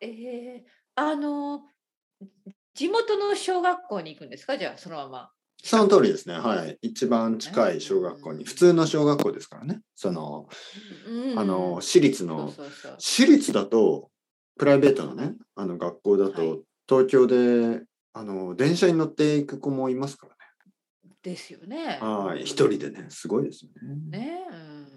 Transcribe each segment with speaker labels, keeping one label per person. Speaker 1: ええあの地元の小学校に行くんですかじゃあそのまま。
Speaker 2: その通りですね。はい。一番近い小学校
Speaker 1: うん
Speaker 2: に、普通の小学校ですからね。その、
Speaker 1: うん
Speaker 2: あの、私立
Speaker 1: そう
Speaker 2: の、
Speaker 1: そうそう。
Speaker 2: 私立だと、プライベートのね、あの学校だ
Speaker 1: は
Speaker 2: と、東京で、あの、電車に乗っていく子もいますから
Speaker 1: ですよね。
Speaker 2: ね。はい。一人でね、すごいですよね。
Speaker 1: ね、うん。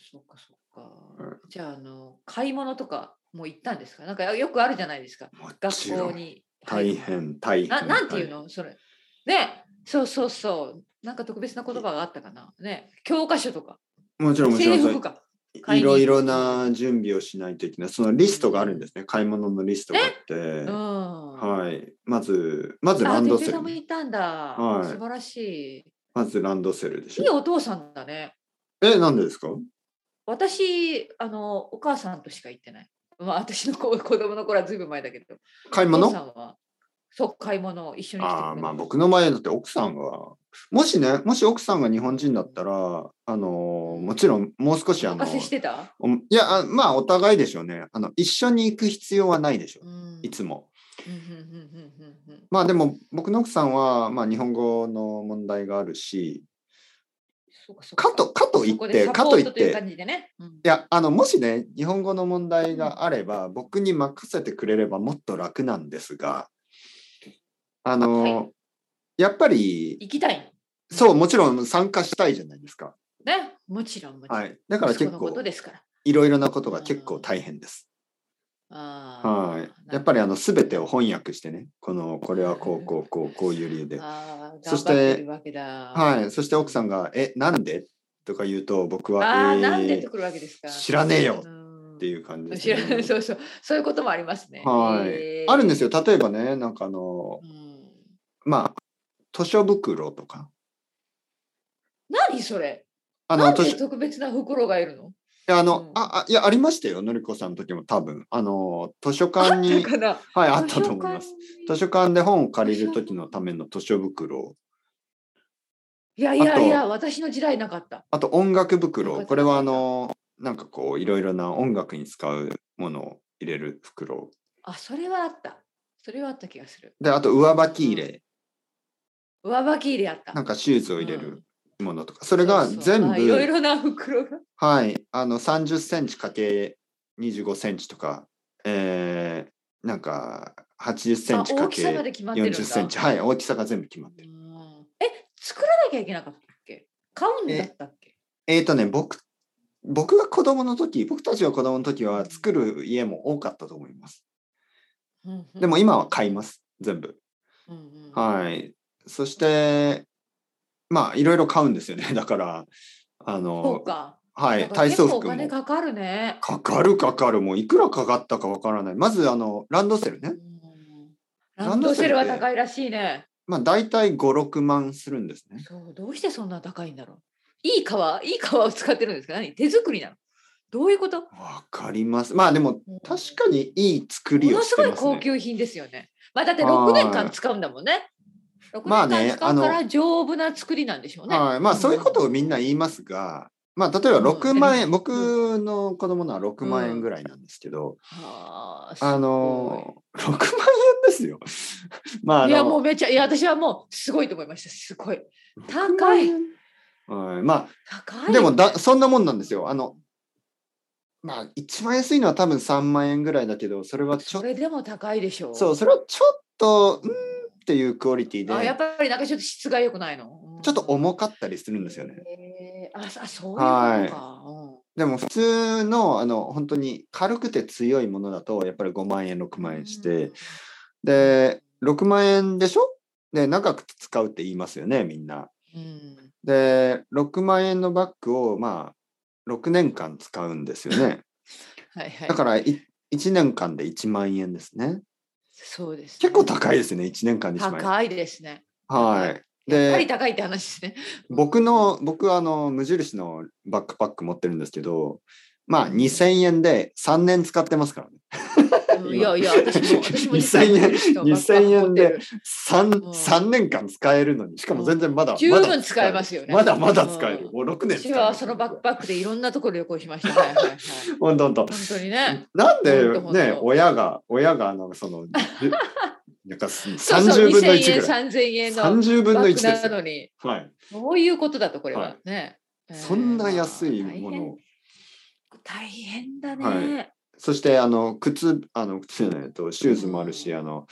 Speaker 1: そっかそっか。
Speaker 2: は
Speaker 1: じゃああの買い物とかも行ったんですか。なんかよくあるじゃないですか。
Speaker 2: も
Speaker 1: 学
Speaker 2: ちろ
Speaker 1: 校
Speaker 2: ん。
Speaker 1: に。はい
Speaker 2: 大変、大変。
Speaker 1: ななんていう
Speaker 2: は
Speaker 1: のそれ。ね。そうそうそう。なんか特別な言葉があったかな。ね。教科書とか。
Speaker 2: もちろん、もちろ
Speaker 1: 制
Speaker 2: んそ
Speaker 1: 服
Speaker 2: う。
Speaker 1: か。買い
Speaker 2: い
Speaker 1: に行く
Speaker 2: ろいろな準備をしないといけない。そのリストがあるんですね。買い物のリストがあって
Speaker 1: う。ん。
Speaker 2: はい。まず、まずラ
Speaker 1: あ、
Speaker 2: ンド
Speaker 1: て
Speaker 2: セ
Speaker 1: ペ
Speaker 2: ル
Speaker 1: ダ。もいたんだ。
Speaker 2: はい
Speaker 1: 素晴らし
Speaker 2: まずランドセルでし
Speaker 1: い。
Speaker 2: ょ
Speaker 1: いい。お父さんだね。
Speaker 2: え、なんでですか
Speaker 1: 私、あの、お母さんとしか行ってない。まあ、私の 子子供の頃はずいぶん前だけど。
Speaker 2: 買い
Speaker 1: お父さ
Speaker 2: 物
Speaker 1: んは。そう、買い物一緒にしてくれた
Speaker 2: ああ、まあ僕の前だって奥さんが、もしね、もし奥さんが日本人だったら、あのーもちろんもう少しあ
Speaker 1: お
Speaker 2: の、
Speaker 1: 任せし
Speaker 2: い
Speaker 1: てた。
Speaker 2: や、あまあお互いでしょうね。あの、一緒に行く必要はないでしょう。いつも。
Speaker 1: うんうんうんうんうんうん
Speaker 2: まあでも僕の奥さんは、まあ日本語の問題があるし、
Speaker 1: そうかそう
Speaker 2: か
Speaker 1: か
Speaker 2: と、かとい
Speaker 1: そこ
Speaker 2: っ
Speaker 1: で
Speaker 2: て、
Speaker 1: サ
Speaker 2: か
Speaker 1: ポ
Speaker 2: とい
Speaker 1: ート
Speaker 2: っ
Speaker 1: とい
Speaker 2: て、
Speaker 1: う感じでね。うん
Speaker 2: いや、あの、もしね、日本語の問題があれば、僕に任せてくれればもっと楽なんですが、あの、
Speaker 1: はい
Speaker 2: やっぱり、
Speaker 1: 行きたい。
Speaker 2: そう、もちろん参加したいじゃないですか。
Speaker 1: ね。もちろん、もちろん。
Speaker 2: はい。だから
Speaker 1: 息
Speaker 2: 結
Speaker 1: 子のこ
Speaker 2: 構
Speaker 1: と、ですから。
Speaker 2: いろいろなことが結構大変です。
Speaker 1: あー
Speaker 2: はい。やっぱり、あの、すべてを翻訳してね、この、これはこう、こう、こう、こういう理由で。
Speaker 1: あー
Speaker 2: そして
Speaker 1: 頑張ってるわけだ
Speaker 2: はい。そして奥さんが、え、なんでとか言うと、僕は、
Speaker 1: ああ、
Speaker 2: えー
Speaker 1: なんでってくるわけですか。
Speaker 2: 知らねえよ
Speaker 1: っ
Speaker 2: っていう感じです
Speaker 1: 知
Speaker 2: ね、
Speaker 1: らない、そうそう、そういうこともありますね。
Speaker 2: はい
Speaker 1: えー
Speaker 2: あるんですよ。。例えばね、なんかあの
Speaker 1: う、ん
Speaker 2: まあ、図書袋とか。
Speaker 1: 何それ。
Speaker 2: あ
Speaker 1: な
Speaker 2: の、
Speaker 1: ん
Speaker 2: 図
Speaker 1: で
Speaker 2: 書
Speaker 1: 特別な袋がいるの。
Speaker 2: いやあの、
Speaker 1: うん
Speaker 2: あ、あ、いや、ありましたよ。のりこさんの時も多分。あの、図書
Speaker 1: あ
Speaker 2: 館
Speaker 1: った
Speaker 2: に、
Speaker 1: かな。
Speaker 2: はい、あったと思います。図
Speaker 1: 図書館に。
Speaker 2: 書館で本を借りる時のための図書袋。
Speaker 1: いやいやいや、私の時代なかった。
Speaker 2: あと、音楽
Speaker 1: な
Speaker 2: 袋。
Speaker 1: んか
Speaker 2: これはあの、なんかこう、いろいろな音楽に使うものを入れる袋。
Speaker 1: あ、それはあった。それはあった気がする。
Speaker 2: で、あと、上履き入れ。
Speaker 1: 上履き入れあった。
Speaker 2: なん
Speaker 1: か
Speaker 2: か、シューズを入れるものとか。それが
Speaker 1: う
Speaker 2: 全
Speaker 1: そうあいろい
Speaker 2: 部、
Speaker 1: ろな袋が。
Speaker 2: はい、あの、30センチかけ25センチとか、えー、なんか、80セン
Speaker 1: あ
Speaker 2: チ
Speaker 1: 大
Speaker 2: か
Speaker 1: き
Speaker 2: け
Speaker 1: さまで決まってるんだ。
Speaker 2: 40センチ。はい、大きさが全部決まってる。
Speaker 1: うんえ、作らなきゃいけなかったっけ。買うんだったっけ。
Speaker 2: えーとね、僕、僕が子供の時、僕たちが子供の時は作る家も多かったと思います。
Speaker 1: うんうん
Speaker 2: でも今は買います、全部。
Speaker 1: うんうん
Speaker 2: はい。そして、まあ、いろいろ買うんですよね。 だから、あ
Speaker 1: そう
Speaker 2: の、
Speaker 1: か。
Speaker 2: はい、
Speaker 1: だから
Speaker 2: 体
Speaker 1: 結構
Speaker 2: 操服
Speaker 1: お金
Speaker 2: も。
Speaker 1: かかるね。
Speaker 2: かかるかかる、もういくらかかったかわからない。まず、あの、ランドセルね。
Speaker 1: うんランドセルは高いらしいね。
Speaker 2: まあ、大体5、6万するんですね。
Speaker 1: そう、どうしてそんな高いんだろう。いい革、いい革を使ってるんですか何手作りなのどういうこと
Speaker 2: わかります。まあ、でも、確かにいい作り
Speaker 1: も
Speaker 2: を
Speaker 1: の
Speaker 2: し
Speaker 1: す
Speaker 2: て
Speaker 1: ごい
Speaker 2: ますね
Speaker 1: 高。級品ですよね。まあだって
Speaker 2: はい
Speaker 1: 6年間使うんだもんね。6
Speaker 2: まあね
Speaker 1: 年間使うか
Speaker 2: あ
Speaker 1: ら丈夫な作りなんでしょうね。
Speaker 2: はい、まあそういうことをみんな言いますが、まあ例えば6万円、
Speaker 1: うん
Speaker 2: 僕の子供のは6万円ぐらいなんですけど、
Speaker 1: は
Speaker 2: あのー、6万円ですよ。 まああ
Speaker 1: いやもう
Speaker 2: の、
Speaker 1: めちゃいや私はもうすごいと思いました。すごい高い
Speaker 2: はい、ま
Speaker 1: 高
Speaker 2: あ
Speaker 1: い。
Speaker 2: でもだそんなもんなんですよ。あの、まあ一番安いのは多分3万円ぐらいだけど、それはち
Speaker 1: そ
Speaker 2: ょっと、
Speaker 1: れでも高いでしょ
Speaker 2: そう、それはちょっと、うーんっていうクオリティ
Speaker 1: あや
Speaker 2: で
Speaker 1: っ、ぱりなんかちょっと質が良くないの、うん
Speaker 2: ちょっと重かったりするんですよね。
Speaker 1: へーあそあそういう
Speaker 2: は
Speaker 1: こ
Speaker 2: い
Speaker 1: とか、うん
Speaker 2: でも普通のあの本当に軽くて強いものだとやっぱり5万円6万円して、で6万円でしょで長く使うって言いますよねみんな。
Speaker 1: うん
Speaker 2: で6万円のバッグをまあ6年間使うんですよね。
Speaker 1: はいはい、
Speaker 2: だから1年間で1万円ですね。
Speaker 1: そうです、
Speaker 2: 結構高いですね1年間で1万円。
Speaker 1: 高いですね。
Speaker 2: はい。
Speaker 1: やっぱり
Speaker 2: で
Speaker 1: 高いって話ですね。
Speaker 2: 僕の僕はあの無印のバックパック持ってるんですけどまあ2000円で3年使ってますからね。
Speaker 1: うんいや いや、私も、私も
Speaker 2: 2000円2000円で。
Speaker 1: う
Speaker 2: 3,
Speaker 1: ん
Speaker 2: 三年間使えるのにしかも全然まだ、
Speaker 1: 十
Speaker 2: まだ
Speaker 1: 分使えますよね
Speaker 2: まだまだ使える、
Speaker 1: うん
Speaker 2: もう6年使え
Speaker 1: 私
Speaker 2: る
Speaker 1: はそのバックパックでいろんなところ旅行しました。はい はいはい。
Speaker 2: ほんとほんと
Speaker 1: 本当にね。
Speaker 2: なんで
Speaker 1: ほんとほんと
Speaker 2: ね親が親があのそのじゅ なんか
Speaker 1: そうそう、
Speaker 2: 30分
Speaker 1: 2000
Speaker 2: の1
Speaker 1: 円、
Speaker 2: ぐらい
Speaker 1: 3000円の
Speaker 2: 30分
Speaker 1: バ
Speaker 2: の
Speaker 1: ッグ
Speaker 2: 1
Speaker 1: な
Speaker 2: で
Speaker 1: のに。
Speaker 2: すはい
Speaker 1: そういうことだと、これ
Speaker 2: は。
Speaker 1: はいね。えー
Speaker 2: そんな安いも。
Speaker 1: ま
Speaker 2: のを
Speaker 1: あ大変大変だ
Speaker 2: は
Speaker 1: ね。
Speaker 2: そしてあの靴あの靴じゃないえっとシューズもあるし、
Speaker 1: うん
Speaker 2: あの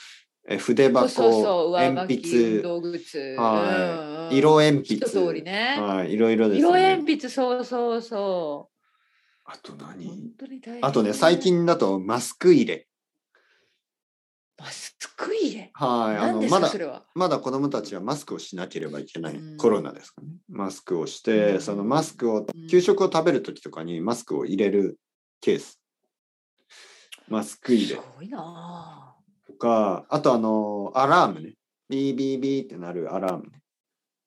Speaker 2: え筆
Speaker 1: そ
Speaker 2: 箱
Speaker 1: うそうそう、上
Speaker 2: 鉛
Speaker 1: 書き、運
Speaker 2: 筆
Speaker 1: 動靴。
Speaker 2: は
Speaker 1: うんうん
Speaker 2: 色鉛筆
Speaker 1: 一通りね。
Speaker 2: はいいろいろです、ね、
Speaker 1: 色鉛筆、そうそうそ
Speaker 2: あと
Speaker 1: う。本
Speaker 2: 何
Speaker 1: 当に大変。
Speaker 2: あとね最。近だとマスク入れ
Speaker 1: マスク入れ。
Speaker 2: はいあ
Speaker 1: 何
Speaker 2: の
Speaker 1: です
Speaker 2: ま
Speaker 1: か、
Speaker 2: だ
Speaker 1: それは。
Speaker 2: まだ子どもたちはマスクをしなければいけない、
Speaker 1: うん
Speaker 2: コロナですかねマスクをして、
Speaker 1: うん
Speaker 2: そのマスク
Speaker 1: う
Speaker 2: を
Speaker 1: ん
Speaker 2: 給食を食べる時とかにマスクを入れるケースマスク入
Speaker 1: す
Speaker 2: れ
Speaker 1: ごいなあ。
Speaker 2: とかあとあのアラームねビービービーってなるアラームね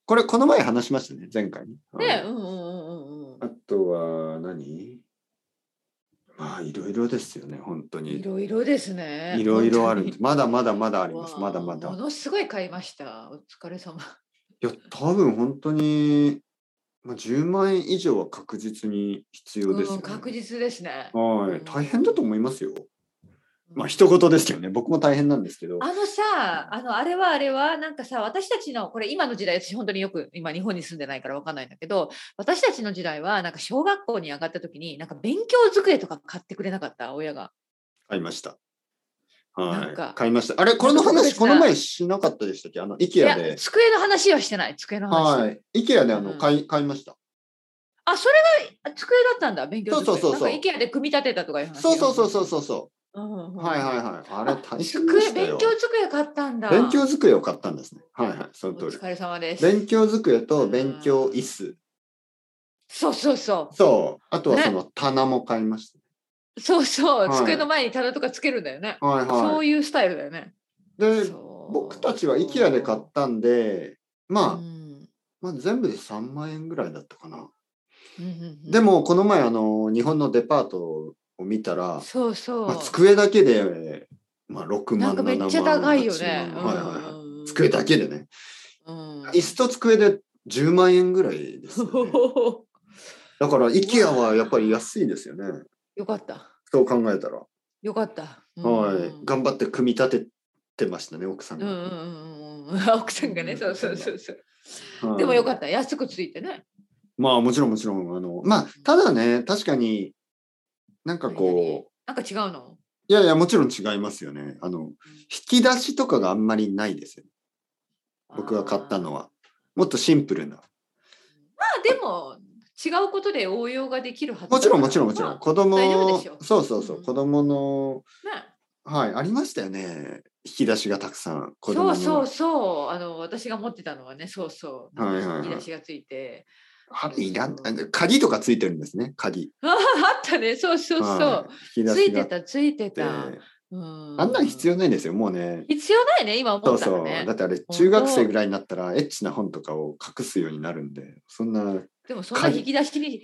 Speaker 2: これこの前話しましたね前回ね
Speaker 1: ね、
Speaker 2: う
Speaker 1: うんんうんうんうんう
Speaker 2: あとは何まあいろいろですよね本当
Speaker 1: ん。い
Speaker 2: に
Speaker 1: ろいろですね。
Speaker 2: いろいろあるん
Speaker 1: 本
Speaker 2: で
Speaker 1: 当
Speaker 2: す
Speaker 1: に
Speaker 2: まだまだまだあります
Speaker 1: わあ
Speaker 2: まだまだ
Speaker 1: ものすごい買いました。お疲れ様。
Speaker 2: いや、多分本当に、まあ、10万円以上は確実に必要ですよ
Speaker 1: うん、
Speaker 2: ね。
Speaker 1: 確実ですね。
Speaker 2: は
Speaker 1: う
Speaker 2: い、
Speaker 1: ん
Speaker 2: 大変だと思いますよ。まあ、一言ですけどね、僕も大変なんですけど。
Speaker 1: あのさ、あのあれはあれは、なんかさ、私たちの、これ今の時代、私本当によく、今日本に住んでないからわかんないんだけど、私たちの時代は、なんか小学校に上がった時に、なんか勉強机とか買ってくれなかった、親が。
Speaker 2: 買いました。
Speaker 1: なんか
Speaker 2: はい、買いました。あれ、この
Speaker 1: なんか特
Speaker 2: 話、
Speaker 1: 別な
Speaker 2: この前しなかったでしたっけあの、
Speaker 1: い
Speaker 2: IKEA
Speaker 1: や、
Speaker 2: で。
Speaker 1: 机の話はしてない、机の話。
Speaker 2: はい。IKEA であの、
Speaker 1: うん
Speaker 2: 買い、買いました。
Speaker 1: あ、それがあ机だったんだ、勉強机。
Speaker 2: そうそうそうそう
Speaker 1: なんか IKEA で組み立てたとかいう話。
Speaker 2: そうそうそうそうそうそ
Speaker 1: うんうんうん。
Speaker 2: う。はいはいはい。あれ、大変で
Speaker 1: 机、
Speaker 2: した
Speaker 1: 勉
Speaker 2: よ。
Speaker 1: 強机買ったんだ。
Speaker 2: 勉強机を買ったんですね。はいはい、その
Speaker 1: お
Speaker 2: 通り。
Speaker 1: 疲れ様です。
Speaker 2: 勉強机と勉強椅子。
Speaker 1: そうそうそう。
Speaker 2: そう。あとはその棚も買いました。
Speaker 1: そうそう、
Speaker 2: はい
Speaker 1: 机の前に棚とかつけるんだよね。
Speaker 2: はい
Speaker 1: そ
Speaker 2: は
Speaker 1: う
Speaker 2: い。
Speaker 1: いうスタイルだよね。
Speaker 2: で、
Speaker 1: そう
Speaker 2: 僕たちは IKEA で買ったんで、
Speaker 1: う
Speaker 2: まあ、
Speaker 1: ん
Speaker 2: まあ、全部で3万円ぐらいだったかな。
Speaker 1: うんうん
Speaker 2: でも、この前、あの、日本のデパートを見たら、
Speaker 1: そうそう、
Speaker 2: まあ、机だけで、まあ、6
Speaker 1: な
Speaker 2: 万、
Speaker 1: ん
Speaker 2: 7
Speaker 1: か
Speaker 2: 万。
Speaker 1: めっちゃ高いよね
Speaker 2: 8。万はいはいはい。
Speaker 1: い
Speaker 2: 机だけでね。
Speaker 1: うん、
Speaker 2: 椅子と机で10万円ぐらいですよ ね、だから、IKEA はやっぱり安いですよね。
Speaker 1: よかった。
Speaker 2: そう考えたら。
Speaker 1: よかった。うん
Speaker 2: はい。頑張って組み立ててましたね、奥さん
Speaker 1: うんう
Speaker 2: が。
Speaker 1: んうんうん。奥さんがね、そうそうそうそう。
Speaker 2: はい
Speaker 1: でもよかった。安くついてね。
Speaker 2: まあもちろんもちろんあのまあただね確かになんかこ
Speaker 1: なんか違うの。
Speaker 2: ういやいやもちろん違いますよねあの引き出しとかがあんまりないですよ僕が買ったの
Speaker 1: は。
Speaker 2: はもっとシンプルな
Speaker 1: まあでも違うことで応用ができるはず
Speaker 2: もちろんもちろんもち
Speaker 1: ま
Speaker 2: ろ
Speaker 1: あ
Speaker 2: ん子供
Speaker 1: 大丈夫でしょ
Speaker 2: そうそうそう
Speaker 1: うん
Speaker 2: 子供の
Speaker 1: ね
Speaker 2: はいありましたよね引き出しがたくさん子供
Speaker 1: そ
Speaker 2: の
Speaker 1: うそうそうあの私が持ってたのはねそうそう、
Speaker 2: はいはいはい
Speaker 1: 引き出しがついて
Speaker 2: あれいらんあの鍵とかついてるんですね鍵
Speaker 1: ああったねそうそうそう、
Speaker 2: はい引き出
Speaker 1: つい
Speaker 2: してがあって
Speaker 1: たついてた、うん、
Speaker 2: あんなん必要ないんですよもうね
Speaker 1: 必要ないね今
Speaker 2: そ
Speaker 1: 思
Speaker 2: う
Speaker 1: った
Speaker 2: そ
Speaker 1: ら
Speaker 2: う
Speaker 1: ね
Speaker 2: だってあれ中学生ぐらいになったらエッチな本とかを隠すようになるんでそんな
Speaker 1: でもそんな引き出しに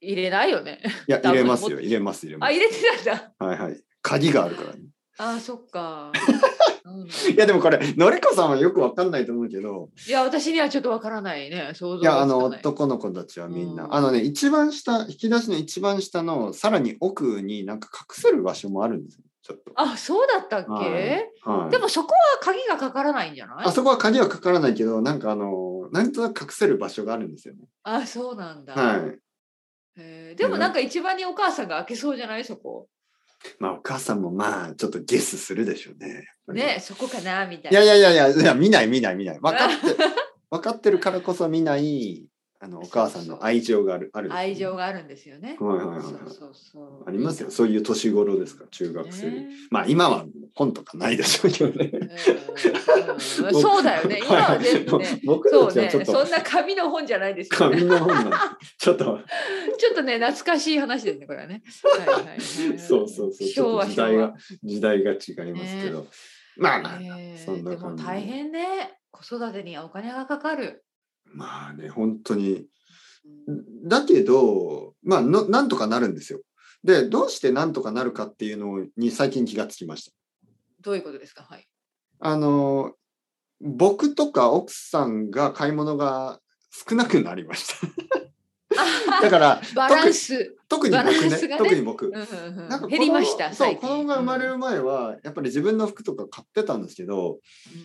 Speaker 1: 入れないよね
Speaker 2: いや、
Speaker 1: 多
Speaker 2: 入
Speaker 1: 分
Speaker 2: れます
Speaker 1: も
Speaker 2: よ、
Speaker 1: っと
Speaker 2: 入れます、入れま
Speaker 1: あ
Speaker 2: す。
Speaker 1: 入れてたんだ
Speaker 2: はいはい。鍵があるからね。
Speaker 1: あそっか、うん
Speaker 2: いや、でもこれ、のりこさんはよくわかんないと思うけど、
Speaker 1: いや私にはちょっとわからないね想像
Speaker 2: いや、あの、
Speaker 1: がつかない
Speaker 2: 男の子たちはみんな、
Speaker 1: うん
Speaker 2: あのね、一番下、引き出しの一番下の、さらに奥になんか隠せる場所もあるんですよ、ちょっと。
Speaker 1: あそうだったっけ、
Speaker 2: はい、
Speaker 1: でもそこは鍵がかからないんじゃない
Speaker 2: あそこは鍵はかからないけど、なんかあの、なんとなく隠せる場所があるんですよね。
Speaker 1: あそうなんだ、
Speaker 2: はい。
Speaker 1: へーでもなんか一番にお母さんが開けそうじゃないそこ
Speaker 2: まあ、お母さんもまあ、ちょっとゲスするでしょうね。やっぱり
Speaker 1: ねそこかなみたい
Speaker 2: い
Speaker 1: な
Speaker 2: やいやいやいや、いや見ない見ない見ない。分かって、 分かってるからこそ見ない、あの、お母さんの愛情がある。ある
Speaker 1: 愛情があるんですよね、
Speaker 2: はいはいはいはい
Speaker 1: そうそうそう
Speaker 2: ありますよ。そういう年頃ですから、中学生。まあ今は本とかないでしょうけどね。
Speaker 1: ね うんうんそうだよね今は全部
Speaker 2: はい
Speaker 1: ね
Speaker 2: 僕
Speaker 1: そう
Speaker 2: た ちは
Speaker 1: ね
Speaker 2: ちょっ
Speaker 1: そ
Speaker 2: と
Speaker 1: んな紙の本じゃないですよね
Speaker 2: 紙の本なんで、ちょっと
Speaker 1: ちょっとね懐かしい話ですねこれはね、はいはいはい、
Speaker 2: そうそうそう。ち
Speaker 1: 昭
Speaker 2: ょっ
Speaker 1: 和
Speaker 2: と時
Speaker 1: 昭
Speaker 2: 代が
Speaker 1: 和、
Speaker 2: 時代が違いますけど。まあまあ、
Speaker 1: ねえ
Speaker 2: そんな
Speaker 1: でも
Speaker 2: 感じ
Speaker 1: 大変ね子育てにはお金がかかる、
Speaker 2: まあね、本当に。
Speaker 1: うん
Speaker 2: だけど、まあの、なんとかなるんですよ。で、どうしてなんとかなるかっていうのに最近気がつきました。
Speaker 1: どういうことですか はい。
Speaker 2: あの、僕とか奥さんが買い物が少なくなりました。 だから、
Speaker 1: バランス。
Speaker 2: 特に僕
Speaker 1: バラン
Speaker 2: ね、
Speaker 1: スがね
Speaker 2: 特に僕。
Speaker 1: うんうんうん
Speaker 2: なんか子供
Speaker 1: 減りました。
Speaker 2: そう、
Speaker 1: 最近
Speaker 2: 子供が生まれる前は、やっぱり自分の服とか買ってたんですけど、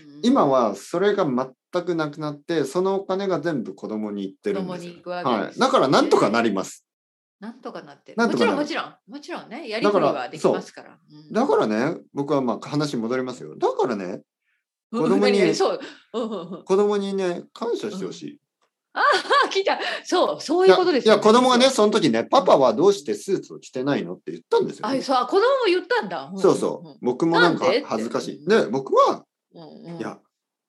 Speaker 1: うんうん
Speaker 2: 今はそれが全くなくなって、そのお金が全部子供に行って
Speaker 1: 子
Speaker 2: るん
Speaker 1: 供
Speaker 2: ですよ
Speaker 1: に行くわけ
Speaker 2: は
Speaker 1: です
Speaker 2: い。だから、なんとかなります。
Speaker 1: なんとかなってる
Speaker 2: なん
Speaker 1: も
Speaker 2: と
Speaker 1: ち
Speaker 2: か
Speaker 1: ろ
Speaker 2: な
Speaker 1: も
Speaker 2: んる
Speaker 1: ちろんもちろんねやりとり
Speaker 2: だか
Speaker 1: は
Speaker 2: ら
Speaker 1: できますからうん
Speaker 2: だからね、僕はまあ話戻りますよ。だからね、
Speaker 1: うん
Speaker 2: 子供
Speaker 1: 何
Speaker 2: に
Speaker 1: 々そううんうんうん
Speaker 2: 子供にね、感謝してほしい。
Speaker 1: あ来たそうそういうことです
Speaker 2: いや、
Speaker 1: よ
Speaker 2: いや子供がね、その時ね、パパはどうしてスーツを着てないのって言ったんですよ、
Speaker 1: あ
Speaker 2: ね。
Speaker 1: そうあ子供も言ったんだん
Speaker 2: そうそう。僕もなんか
Speaker 1: なんでって
Speaker 2: 恥ずかしい。で、僕は、
Speaker 1: うんうん
Speaker 2: いや、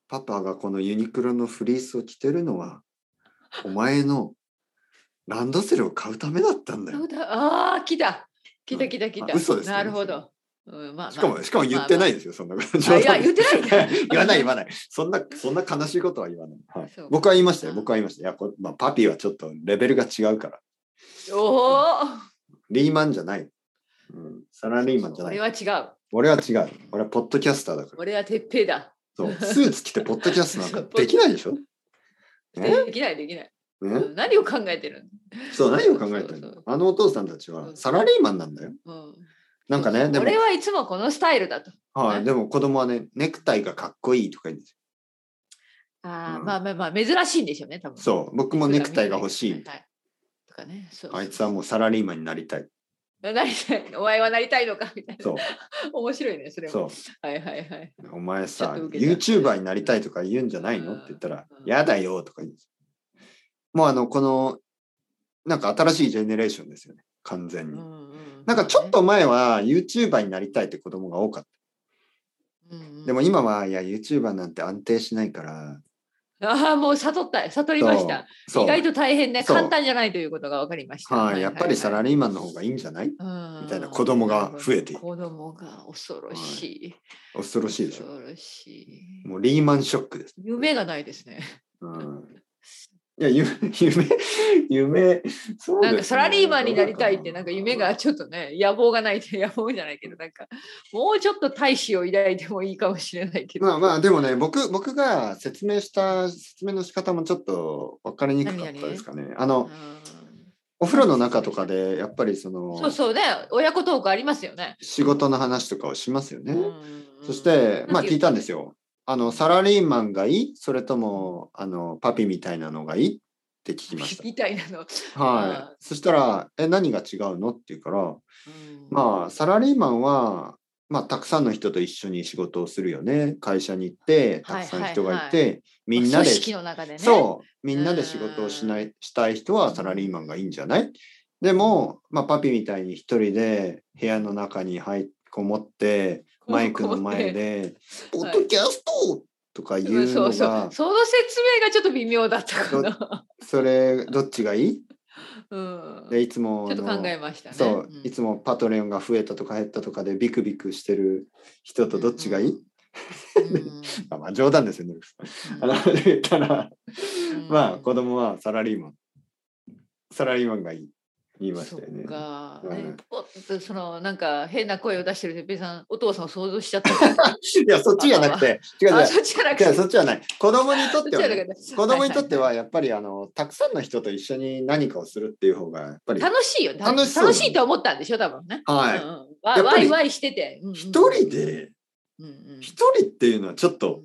Speaker 2: パパがこのユニクロのフリースを着てるのは、お前のランドセルを買うためだったんだ
Speaker 1: なるほ。
Speaker 2: よ
Speaker 1: どああ来た来た来た来た、
Speaker 2: あ嘘ですね
Speaker 1: なるほど、うんまあまあ、
Speaker 2: しかも、しかも言ってないですよ、そんなこと。
Speaker 1: あいや言ってないんだ
Speaker 2: 言わない言わない。そんな、そんな悲しいことは言わない。はい
Speaker 1: そうか
Speaker 2: 僕は言いましたよ、僕は言いました。いや、こまあ、パピーはちょっとレベルが違うから。
Speaker 1: おお
Speaker 2: リーマンじゃない。うん、サラリーマンじゃない
Speaker 1: 俺。は違う
Speaker 2: 俺は違う。俺はポッドキャスターだから。
Speaker 1: 俺は鉄平だ
Speaker 2: そう。スーツ着てポッドキャストなんかできないでしょね
Speaker 1: できないできない、
Speaker 2: ね
Speaker 1: うん何を考えてる
Speaker 2: そう、何を考えて
Speaker 1: そう
Speaker 2: る
Speaker 1: そうそ
Speaker 2: の
Speaker 1: う
Speaker 2: あのお父さんたちはサラリーマンなんだよ。
Speaker 1: の、うん、
Speaker 2: なんかね、でも
Speaker 1: 俺、はいつもこのスタイルだと
Speaker 2: はい、でも子供はね、ネクタイがかっこいいとか言うんですよ。
Speaker 1: あー、
Speaker 2: うん
Speaker 1: まあまあまあ珍しいんでしょうね多分う
Speaker 2: そう、僕もネクタイが欲しい。
Speaker 1: はい、とかねそう
Speaker 2: あいつはもうサラリーマンになりたい。
Speaker 1: なりたいお前はなりたいのかみたいな
Speaker 2: そ
Speaker 1: 面白いねそれ
Speaker 2: う、
Speaker 1: も
Speaker 2: そう。
Speaker 1: はいはいはい
Speaker 2: お前さ、
Speaker 1: ちょっと受けちゃう
Speaker 2: YouTuber になりたいとか言うんじゃないの
Speaker 1: うん
Speaker 2: って言ったら
Speaker 1: う、ん
Speaker 2: やだよとか言うんです。もうあの、この、なんか新しいジェネレーションですよね、完全に。なんかちょっ、と前は YouTuber になりたいって子供が多かっ
Speaker 1: うんうんうん
Speaker 2: た。でも今は、いや、YouTuber なんて安定しないから。
Speaker 1: ああもう悟った悟りました
Speaker 2: そう。
Speaker 1: 意外と大変ね
Speaker 2: そう
Speaker 1: 簡単じゃないということが分かりました
Speaker 2: はい、やっぱりサラ
Speaker 1: リ
Speaker 2: リーマンの方がいいんじゃない
Speaker 1: ー
Speaker 2: みたいな子供が増えていく
Speaker 1: 子供が恐ろしい、
Speaker 2: 恐ろしいでしょ。
Speaker 1: 恐ろしい
Speaker 2: もうリーマンショックです。
Speaker 1: 夢がないですね
Speaker 2: うん、いや、ゆ 夢、夢、そうですね
Speaker 1: なんかサラリーマンになりたいって、
Speaker 2: ど
Speaker 1: な
Speaker 2: うん
Speaker 1: か夢がちょっとね、野望がないって、野望じゃないけど、なんか、もうちょっと大志を抱いてもいいかもしれないけど。
Speaker 2: まあまあでもね僕僕が説明した説明の仕方もちょっと分かりにくかったですかね。あ
Speaker 1: う
Speaker 2: のお風呂の中とかでやっぱりその
Speaker 1: んそうそうね、親子トークありますよね。
Speaker 2: 仕事の話とかをしますよね。
Speaker 1: うん
Speaker 2: そしてまあ聞いたんです
Speaker 1: よ。
Speaker 2: よ。あのサラリーマンがいいそれともあのパピみたいなのがいいって聞きまし
Speaker 1: みたいなの。
Speaker 2: た。は
Speaker 1: あ
Speaker 2: い。そしたら「え何が違うの?」って言うからまあサラリーマンは、まあ、たくさんの人と一緒に仕事をするよね会社に行ってたくさん人がいて、
Speaker 1: はい
Speaker 2: みんなで
Speaker 1: 組織の中でね。
Speaker 2: そうみんなで仕事をしないしたい人はサラリーマンがいいんじゃないでも、まあ、パピみたいに一人で部屋の中に入りこもって
Speaker 1: こもっ
Speaker 2: マ
Speaker 1: て
Speaker 2: イクの前で「ポ
Speaker 1: はい
Speaker 2: ッドキャスト!」とか言う
Speaker 1: そ
Speaker 2: の
Speaker 1: うそう
Speaker 2: が
Speaker 1: その説明がちょっと微妙だったかな。
Speaker 2: それどっちがいい
Speaker 1: うん、
Speaker 2: で
Speaker 1: ち
Speaker 2: いつも
Speaker 1: ょっと
Speaker 2: あの
Speaker 1: 考えましたね。
Speaker 2: そう、
Speaker 1: ん
Speaker 2: いつもパトレオンが増えたとか減ったとかでビクビクしてる人とどっちがいい、
Speaker 1: うんうん
Speaker 2: あまあ冗談ですよね。 あの言ったら、
Speaker 1: うん
Speaker 2: まあ子供はサラリーマン。サラリーマンがいい。言いましたよね
Speaker 1: そっ。か、
Speaker 2: うん
Speaker 1: ねポッとそのなんか変な声を出してるてっぺいさん、お父さんを想像しちゃったから。
Speaker 2: いや、そっちじゃなくて、違う違う
Speaker 1: あ、そっちじゃなく
Speaker 2: 違
Speaker 1: て。
Speaker 2: うそっちじゃない。子供にとっては
Speaker 1: そ
Speaker 2: ね、子
Speaker 1: っちじゃなく
Speaker 2: 供にとってはやっぱりあのたくさんの人と一緒に何かをするっていう方がやっぱり
Speaker 1: いい楽しいよ。多分
Speaker 2: 楽しそう
Speaker 1: 楽しいと思ったんでしょ、多分ね。
Speaker 2: はい
Speaker 1: うんうんわ
Speaker 2: やっぱ
Speaker 1: わ
Speaker 2: り
Speaker 1: いわいしてて。うんうん
Speaker 2: 一人、で
Speaker 1: うんうん
Speaker 2: 一人っていうのはちょっと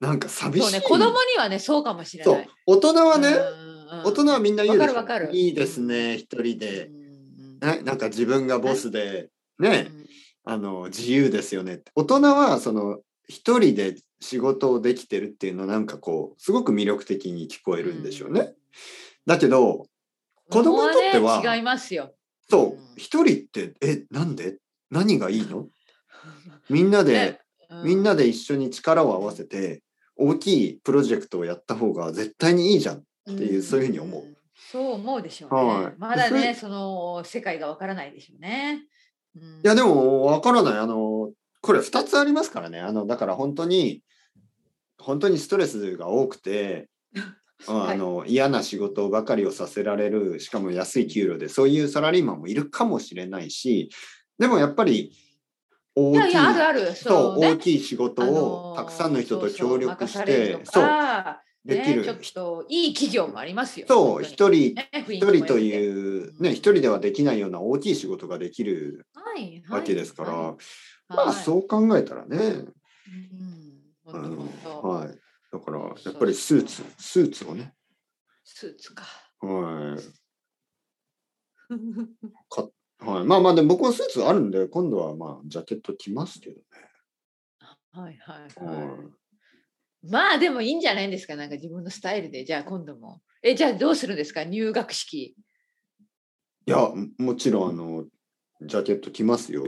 Speaker 2: なんか寂し
Speaker 1: そう
Speaker 2: い。
Speaker 1: ね、子供にはね、そうかもしれない。
Speaker 2: そう大人はね、
Speaker 1: うんうん
Speaker 2: 大人はみんな言うでしょ
Speaker 1: わかるわかる
Speaker 2: いいですね一人で、
Speaker 1: うんうん
Speaker 2: ね、なんか自分がボスでね
Speaker 1: うん
Speaker 2: あの自由ですよねって大人はその一人で仕事をできてるっていうのなんかこうすごく魅力的に聞こえるんでしょうね、
Speaker 1: うん
Speaker 2: だけど子供にとっては
Speaker 1: 子供ね違います よ。う
Speaker 2: そう
Speaker 1: ん
Speaker 2: 一人ってえなんで何がいいのみんなで、
Speaker 1: ねう
Speaker 2: みんなで一緒に力を合わせて大きいプロジェクトをやった方が絶対にいいじゃん
Speaker 1: って
Speaker 2: いうそういうふうに思う。
Speaker 1: そう思うでしょうね。
Speaker 2: はい
Speaker 1: まだ
Speaker 2: でそ
Speaker 1: ね
Speaker 2: れ
Speaker 1: その世界がわからないでしょうね。うん
Speaker 2: いやでもわからないあのこれ2つありますからねあのだから本当に本当にストレスが多くてあ
Speaker 1: はい
Speaker 2: あの嫌な仕事ばかりをさせられるしかも安い給料でそういうサラリーマンもいるかもしれないしでもやっぱり大
Speaker 1: い
Speaker 2: きい
Speaker 1: やいや、あるある。
Speaker 2: そう
Speaker 1: ね
Speaker 2: 大きい仕事をたくさんの人と協力し
Speaker 1: そう
Speaker 2: て
Speaker 1: そう
Speaker 2: そう
Speaker 1: 任
Speaker 2: で
Speaker 1: され
Speaker 2: き
Speaker 1: るとかね、ちょっ
Speaker 2: る
Speaker 1: といい企業もありますよ。
Speaker 2: そ
Speaker 1: 本当
Speaker 2: う一人
Speaker 1: にね、
Speaker 2: 一人と
Speaker 1: う。
Speaker 2: いうね一人ではできないような大きい仕事ができる
Speaker 1: はいはい、
Speaker 2: わけですから、
Speaker 1: はい
Speaker 2: まあそう考えたらね、
Speaker 1: うん
Speaker 2: う
Speaker 1: 本当
Speaker 2: ん
Speaker 1: 本当
Speaker 2: はい、だからやっぱりスーツスーツをね、
Speaker 1: スーツか。
Speaker 2: はいはい、まあまあでも僕はスーツあるんで今度はまあジャケット着ますけどね、
Speaker 1: はいはい
Speaker 2: は
Speaker 1: はいい。まあでもいいんじゃないんですか、なんか自分のスタイルで、じゃあ今度も。え、じゃあどうするんですか、入学式。
Speaker 2: いやももちろんあのジャケット着ますよ、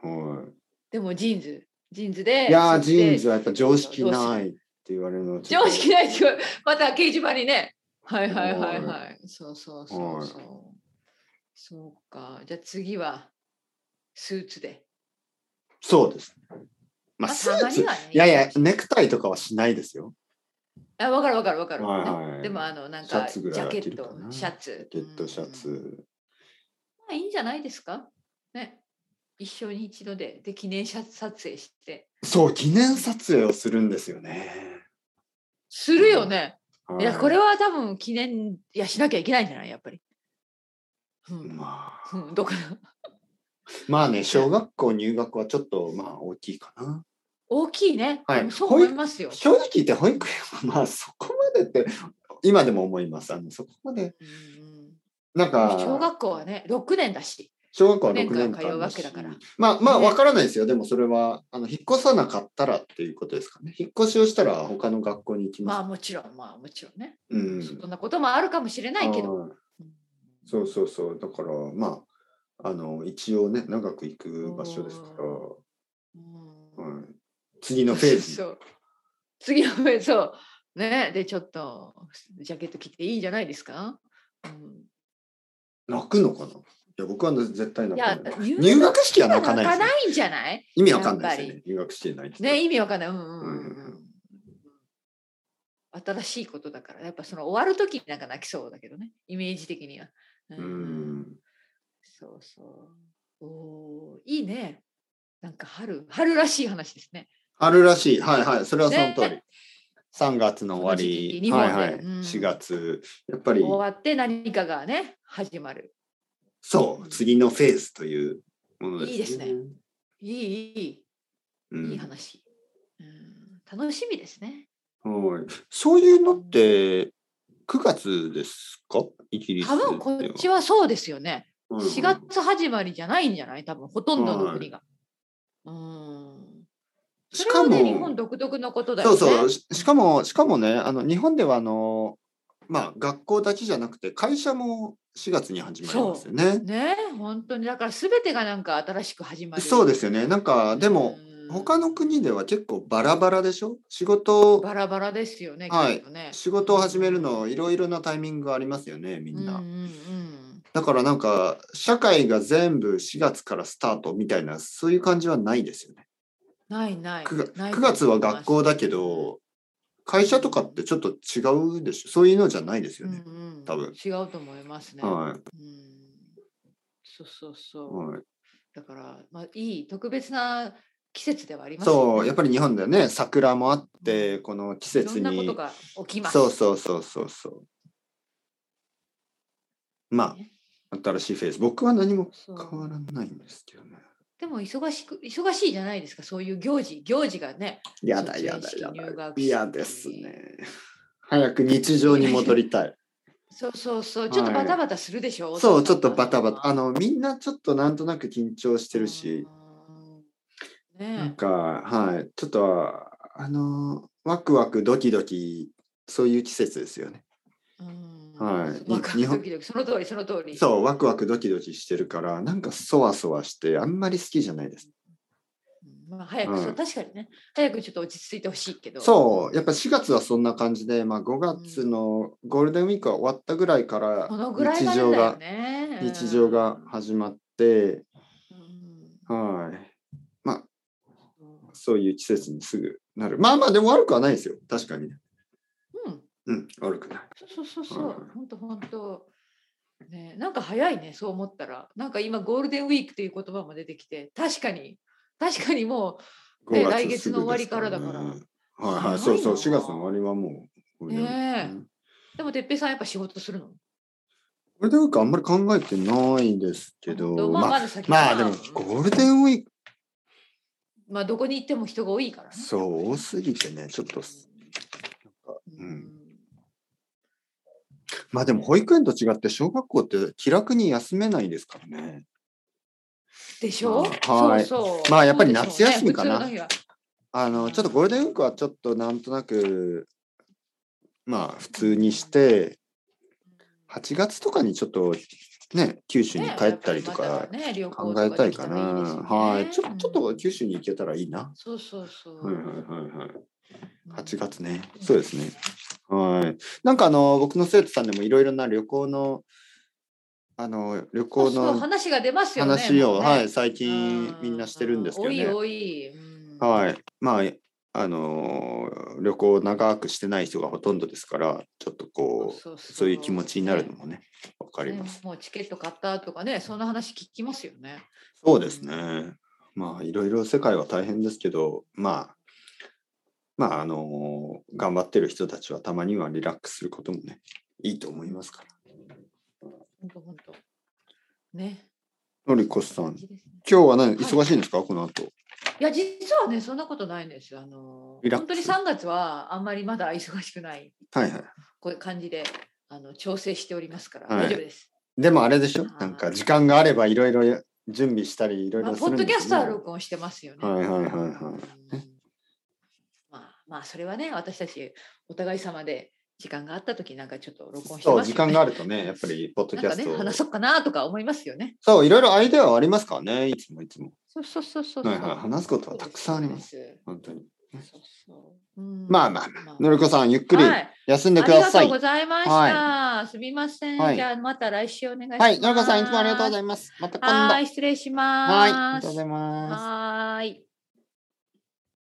Speaker 2: は
Speaker 1: でもジーンズ、ジーンズで。
Speaker 2: い、いやー
Speaker 1: ス
Speaker 2: ジ
Speaker 1: ツで
Speaker 2: ーンズはやっぱ常識ないって言われるのはちょっ
Speaker 1: 常
Speaker 2: と
Speaker 1: 識ないっていうかまた掲示板にね。はいはいはいはい。そうそうそうそう。そうか。じゃあ次はスーツで。
Speaker 2: そうですまあ
Speaker 1: まあ
Speaker 2: ス
Speaker 1: た
Speaker 2: ー
Speaker 1: まに
Speaker 2: ツ
Speaker 1: はね
Speaker 2: いやいやネクタイとかはしないですよ
Speaker 1: あ、わかるわかるわかる、
Speaker 2: はいはい
Speaker 1: でもあのなん
Speaker 2: シャ
Speaker 1: かジ
Speaker 2: ツぐらい
Speaker 1: ャ
Speaker 2: は
Speaker 1: ケ
Speaker 2: 着
Speaker 1: ッ
Speaker 2: るか
Speaker 1: ト、
Speaker 2: な
Speaker 1: シャツ。
Speaker 2: ジャケットシャツ、
Speaker 1: うんまあいいんじゃないですか。ね。一生に一度でで記念写撮影して。
Speaker 2: そう記念撮影をするんですよね、
Speaker 1: するよね。
Speaker 2: はい
Speaker 1: やこれは多分記念いやしなきゃいけないんじゃないやっぱり。うん。
Speaker 2: まあ
Speaker 1: うん、どこ
Speaker 2: まあね小学校入学はちょっとまあ大きいかな
Speaker 1: 大きいね。
Speaker 2: はい
Speaker 1: でもそう思いますよ。
Speaker 2: 正直言って保育園はまあそこまでって今でも思いますあのそこまで
Speaker 1: うんうん
Speaker 2: なんか
Speaker 1: 小学校はね6年だし
Speaker 2: 小学校は
Speaker 1: 六
Speaker 2: 6
Speaker 1: 年
Speaker 2: 年
Speaker 1: 間通う
Speaker 2: 間
Speaker 1: わ
Speaker 2: だ
Speaker 1: け
Speaker 2: し
Speaker 1: だから
Speaker 2: まあまあ
Speaker 1: ね
Speaker 2: わからないですよでもそれはあの引っ越さなかったらっていうことですかね引っ越しをしたら他の学校に行きます、
Speaker 1: まあもちろんまあもちろんね、
Speaker 2: うん
Speaker 1: そんなこともあるかもしれないけど
Speaker 2: はいそうそうそうだからまああの一応ね長く行く場所ですから、
Speaker 1: うん
Speaker 2: はい、次のフェーズ
Speaker 1: そう次のフェーズそうねでちょっとジャケット着ていいんじゃないですか、うん
Speaker 2: 泣くのかないや僕は絶対泣
Speaker 1: いや
Speaker 2: かない入学式は
Speaker 1: は
Speaker 2: 泣
Speaker 1: 泣
Speaker 2: か
Speaker 1: か
Speaker 2: ないですね
Speaker 1: ないんじゃない
Speaker 2: 意味わかんないですよ
Speaker 1: や
Speaker 2: ね入学式で泣いてたら
Speaker 1: ね意味わかんないうんうんうん、う
Speaker 2: うん
Speaker 1: ん新しいことだからやっぱその終わる時になんか泣きそうだけどねイメージ的には、う
Speaker 2: うん
Speaker 1: そうそう。おーいいね。なんか春、春らしい話ですね。
Speaker 2: 春らしい。はいはい。それはその
Speaker 1: ね
Speaker 2: 通り。3月の終わり、
Speaker 1: この時期日
Speaker 2: は
Speaker 1: 本
Speaker 2: い
Speaker 1: で
Speaker 2: はい。
Speaker 1: うん
Speaker 2: 4月。やっぱり、
Speaker 1: 終わって何かがね、始まる。
Speaker 2: そう、次のフェーズというものです、
Speaker 1: いいですねいい、い
Speaker 2: うん
Speaker 1: い、いい話。うん、楽しみですね。
Speaker 2: はい。そういうのって、9月ですかイギリスで
Speaker 1: 多
Speaker 2: は。
Speaker 1: 分こっちはそうですよね。
Speaker 2: うん
Speaker 1: 4月始まりじゃないんじゃない多分ほとんどの国が。うん。
Speaker 2: し
Speaker 1: それ
Speaker 2: か
Speaker 1: は
Speaker 2: も、
Speaker 1: ね、日本独特のことだよ
Speaker 2: そう
Speaker 1: ね。
Speaker 2: そう。ししかも、しかもね、あの日本ではあの、まあ、学校だけじゃなくて、会社も4月に始まりますよね。
Speaker 1: ね本当にだから全てがなんか新しく始まる。。
Speaker 2: そうですすよね。なんか、でも、他の国では結構バラバラでしょ仕事を
Speaker 1: バラバラですよね。
Speaker 2: はい
Speaker 1: きっとね
Speaker 2: 仕事を始めるのいろいろなタイミングがありますよねみんな、
Speaker 1: うんうんうん
Speaker 2: だからなんか社会が全部4月からスタートみたいなそういう感じはないですよね
Speaker 1: ないない。
Speaker 2: 9,
Speaker 1: ないと思います
Speaker 2: 月は学校だけど会社とかってちょっと違うでしょそういうのじゃないですよね、
Speaker 1: うんうん
Speaker 2: 多分
Speaker 1: 違うと思いますね。
Speaker 2: はい
Speaker 1: うん、そうそうそう。
Speaker 2: はい、
Speaker 1: だから、まあ、いい特別な季節ではありますよね、
Speaker 2: そうやっぱり日本ではね桜もあってこの季節
Speaker 1: いろんなこ
Speaker 2: に
Speaker 1: とが起きます。
Speaker 2: そうそうそうそうそうま
Speaker 1: ね
Speaker 2: あ新しいフェーズ僕は何も
Speaker 1: そう
Speaker 2: 変わらないんですけどね
Speaker 1: でも忙しく忙しいじゃないですか。そういう行事行事がね。
Speaker 2: やだ
Speaker 1: 卒園
Speaker 2: やだ
Speaker 1: 式
Speaker 2: や
Speaker 1: 入
Speaker 2: だ
Speaker 1: 学。式
Speaker 2: 嫌ですね。早く日常に戻りたい。
Speaker 1: そうそうそう。ちょっとバタバタするでしょ。お父
Speaker 2: そう、
Speaker 1: さ
Speaker 2: ち
Speaker 1: ん
Speaker 2: ょっとバタバタ。あ
Speaker 1: っ
Speaker 2: の、みんなちょっとなんとなく緊張してるし、。
Speaker 1: うんねえ
Speaker 2: なんか、はい、ちょっと、あの、ワクワクドキドキ、そういう季節ですよね。
Speaker 1: うん
Speaker 2: はい
Speaker 1: わかる
Speaker 2: 日本
Speaker 1: ドキドキその通りその通り。
Speaker 2: そう、ワクワクドキドキしてるから、なんかそわそわして、あんまり好きじゃないです。
Speaker 1: うんまあ、早く、そう
Speaker 2: うん
Speaker 1: 確かにね、早くちょっと落ち着いてほしいけど。
Speaker 2: そう、やっぱ4月はそんな感じで、まあ5月のゴールデンウィークが終わったぐらいから
Speaker 1: このぐらい、
Speaker 2: 日
Speaker 1: まで
Speaker 2: 常
Speaker 1: だよ
Speaker 2: が、
Speaker 1: ね。うん
Speaker 2: 日常が始まって、
Speaker 1: うん
Speaker 2: はい。そういう季節にすぐなる。まあまあ、でも悪くはないですよ。確かにね。
Speaker 1: うん、
Speaker 2: うん、悪くない。、
Speaker 1: そうそうそうそううん本当本当。ね、なんか早いね、そう思ったら、なんか今ゴールデンウィークという言葉も出てきて、確かに。確かにもね
Speaker 2: 5
Speaker 1: 来月の終わりからだから
Speaker 2: すぐですらねはいはい、
Speaker 1: 早
Speaker 2: そ
Speaker 1: いうな
Speaker 2: そう、4月の終わりはもう。
Speaker 1: ねえ
Speaker 2: うん
Speaker 1: う、でもてっぺいさんやっぱ仕事するの。
Speaker 2: ゴールデンウィークあんまり考えてないですけど、
Speaker 1: まあ、
Speaker 2: まあ、
Speaker 1: まだ先
Speaker 2: まあ
Speaker 1: か
Speaker 2: で
Speaker 1: な
Speaker 2: もゴールデンウィーク、
Speaker 1: まあ、どこに行っても人が多いからね。
Speaker 2: そう、多すぎてね、ちょっと、うんまあでも保育園と違って小学校って気楽に休めないですからね。
Speaker 1: でしょ
Speaker 2: はい
Speaker 1: そうそう
Speaker 2: まあやっぱり
Speaker 1: そうでしょう
Speaker 2: 夏休みかな
Speaker 1: ね普通の日は
Speaker 2: あ
Speaker 1: う
Speaker 2: の
Speaker 1: ん
Speaker 2: ちょっとゴールデンウィークはちょっとなんとなくまあ普通にして8月とかにちょっとね九州に
Speaker 1: ね
Speaker 2: 帰ったりとか
Speaker 1: ね旅行
Speaker 2: 考
Speaker 1: と
Speaker 2: えたい
Speaker 1: でき
Speaker 2: か
Speaker 1: ら
Speaker 2: な。
Speaker 1: いいですよね
Speaker 2: はい、ちょちょっと九
Speaker 1: うん
Speaker 2: 州に行けたらいいな。
Speaker 1: そうそうそう。
Speaker 2: はいはいはいはい。8月ね
Speaker 1: う。ん
Speaker 2: そうですね。はい。なんかあの僕の生徒さんでもいろいろな旅行のあの旅
Speaker 1: そ
Speaker 2: 行
Speaker 1: うそう
Speaker 2: の
Speaker 1: 話が出ますよね。
Speaker 2: 話
Speaker 1: も
Speaker 2: を
Speaker 1: うね
Speaker 2: はい最近みんなしてるんですけどね。
Speaker 1: う多い多い。うん
Speaker 2: はい。まあ、あのー旅行を長くしてない人がほとんどですから、ちょっとこう、
Speaker 1: そうそ
Speaker 2: そういう気持ちになるのもね、わかり
Speaker 1: ね
Speaker 2: ます。
Speaker 1: もうチケット買ったとかね、そんな話聞きますよね。
Speaker 2: そうですね。まあ、いろいろ世界は大変ですけど、まあ、まあ、あのー頑張ってる人たちはたまにはリラックスすることもね、いいと思いますから。
Speaker 1: 本当本当。ね。
Speaker 2: のりこさん、
Speaker 1: いいですね
Speaker 2: 今日は何、
Speaker 1: い
Speaker 2: 忙しいんですか、この後。
Speaker 1: いや実はねそんなことないんですよ。あの
Speaker 2: リラッ
Speaker 1: 本
Speaker 2: ク
Speaker 1: 当に
Speaker 2: ス
Speaker 1: 3月はあんまりまだ忙しくない
Speaker 2: はいはい。
Speaker 1: こういう感じであの調整しておりますから、
Speaker 2: はい
Speaker 1: 大丈夫です。
Speaker 2: でもあれでしょ
Speaker 1: あー
Speaker 2: なんか時間があればいろいろ準備したりいろい
Speaker 1: まあ、
Speaker 2: ろす
Speaker 1: ポ
Speaker 2: るん
Speaker 1: ッ
Speaker 2: です
Speaker 1: ド
Speaker 2: よ
Speaker 1: キャストは
Speaker 2: ね
Speaker 1: 録音してますよね。
Speaker 2: はいはいはいはい
Speaker 1: うんまあまあそれはね私たちお互い様で時間があった時なんかちょっと録音して
Speaker 2: そ
Speaker 1: ま
Speaker 2: う、
Speaker 1: すよね。
Speaker 2: 時間があると ね、やっぱり、ポッド
Speaker 1: なん
Speaker 2: キャ
Speaker 1: か
Speaker 2: ス
Speaker 1: ね
Speaker 2: トを。
Speaker 1: 話そうかなとか思いますよね。
Speaker 2: そう、いろいろアイデアはありますからね、いつもいつも。
Speaker 1: そうそうそうそうそう。
Speaker 2: はいはい、話すことはたくさんあります。
Speaker 1: そうです。
Speaker 2: 本当に。
Speaker 1: そうですそうそううん
Speaker 2: まあまあ
Speaker 1: まあ
Speaker 2: のりこさん、ゆっくり
Speaker 1: はい
Speaker 2: 休んでくださ
Speaker 1: ありがと。
Speaker 2: いう
Speaker 1: ございました。すみません。
Speaker 2: はい
Speaker 1: じゃあまた来週お願いします。
Speaker 2: はい、のりこさん、いつもありがとうございます。また今度。
Speaker 1: は、
Speaker 2: はいい、
Speaker 1: 失礼し
Speaker 2: あり
Speaker 1: ま
Speaker 2: が
Speaker 1: す。
Speaker 2: とうございます。
Speaker 1: はーい。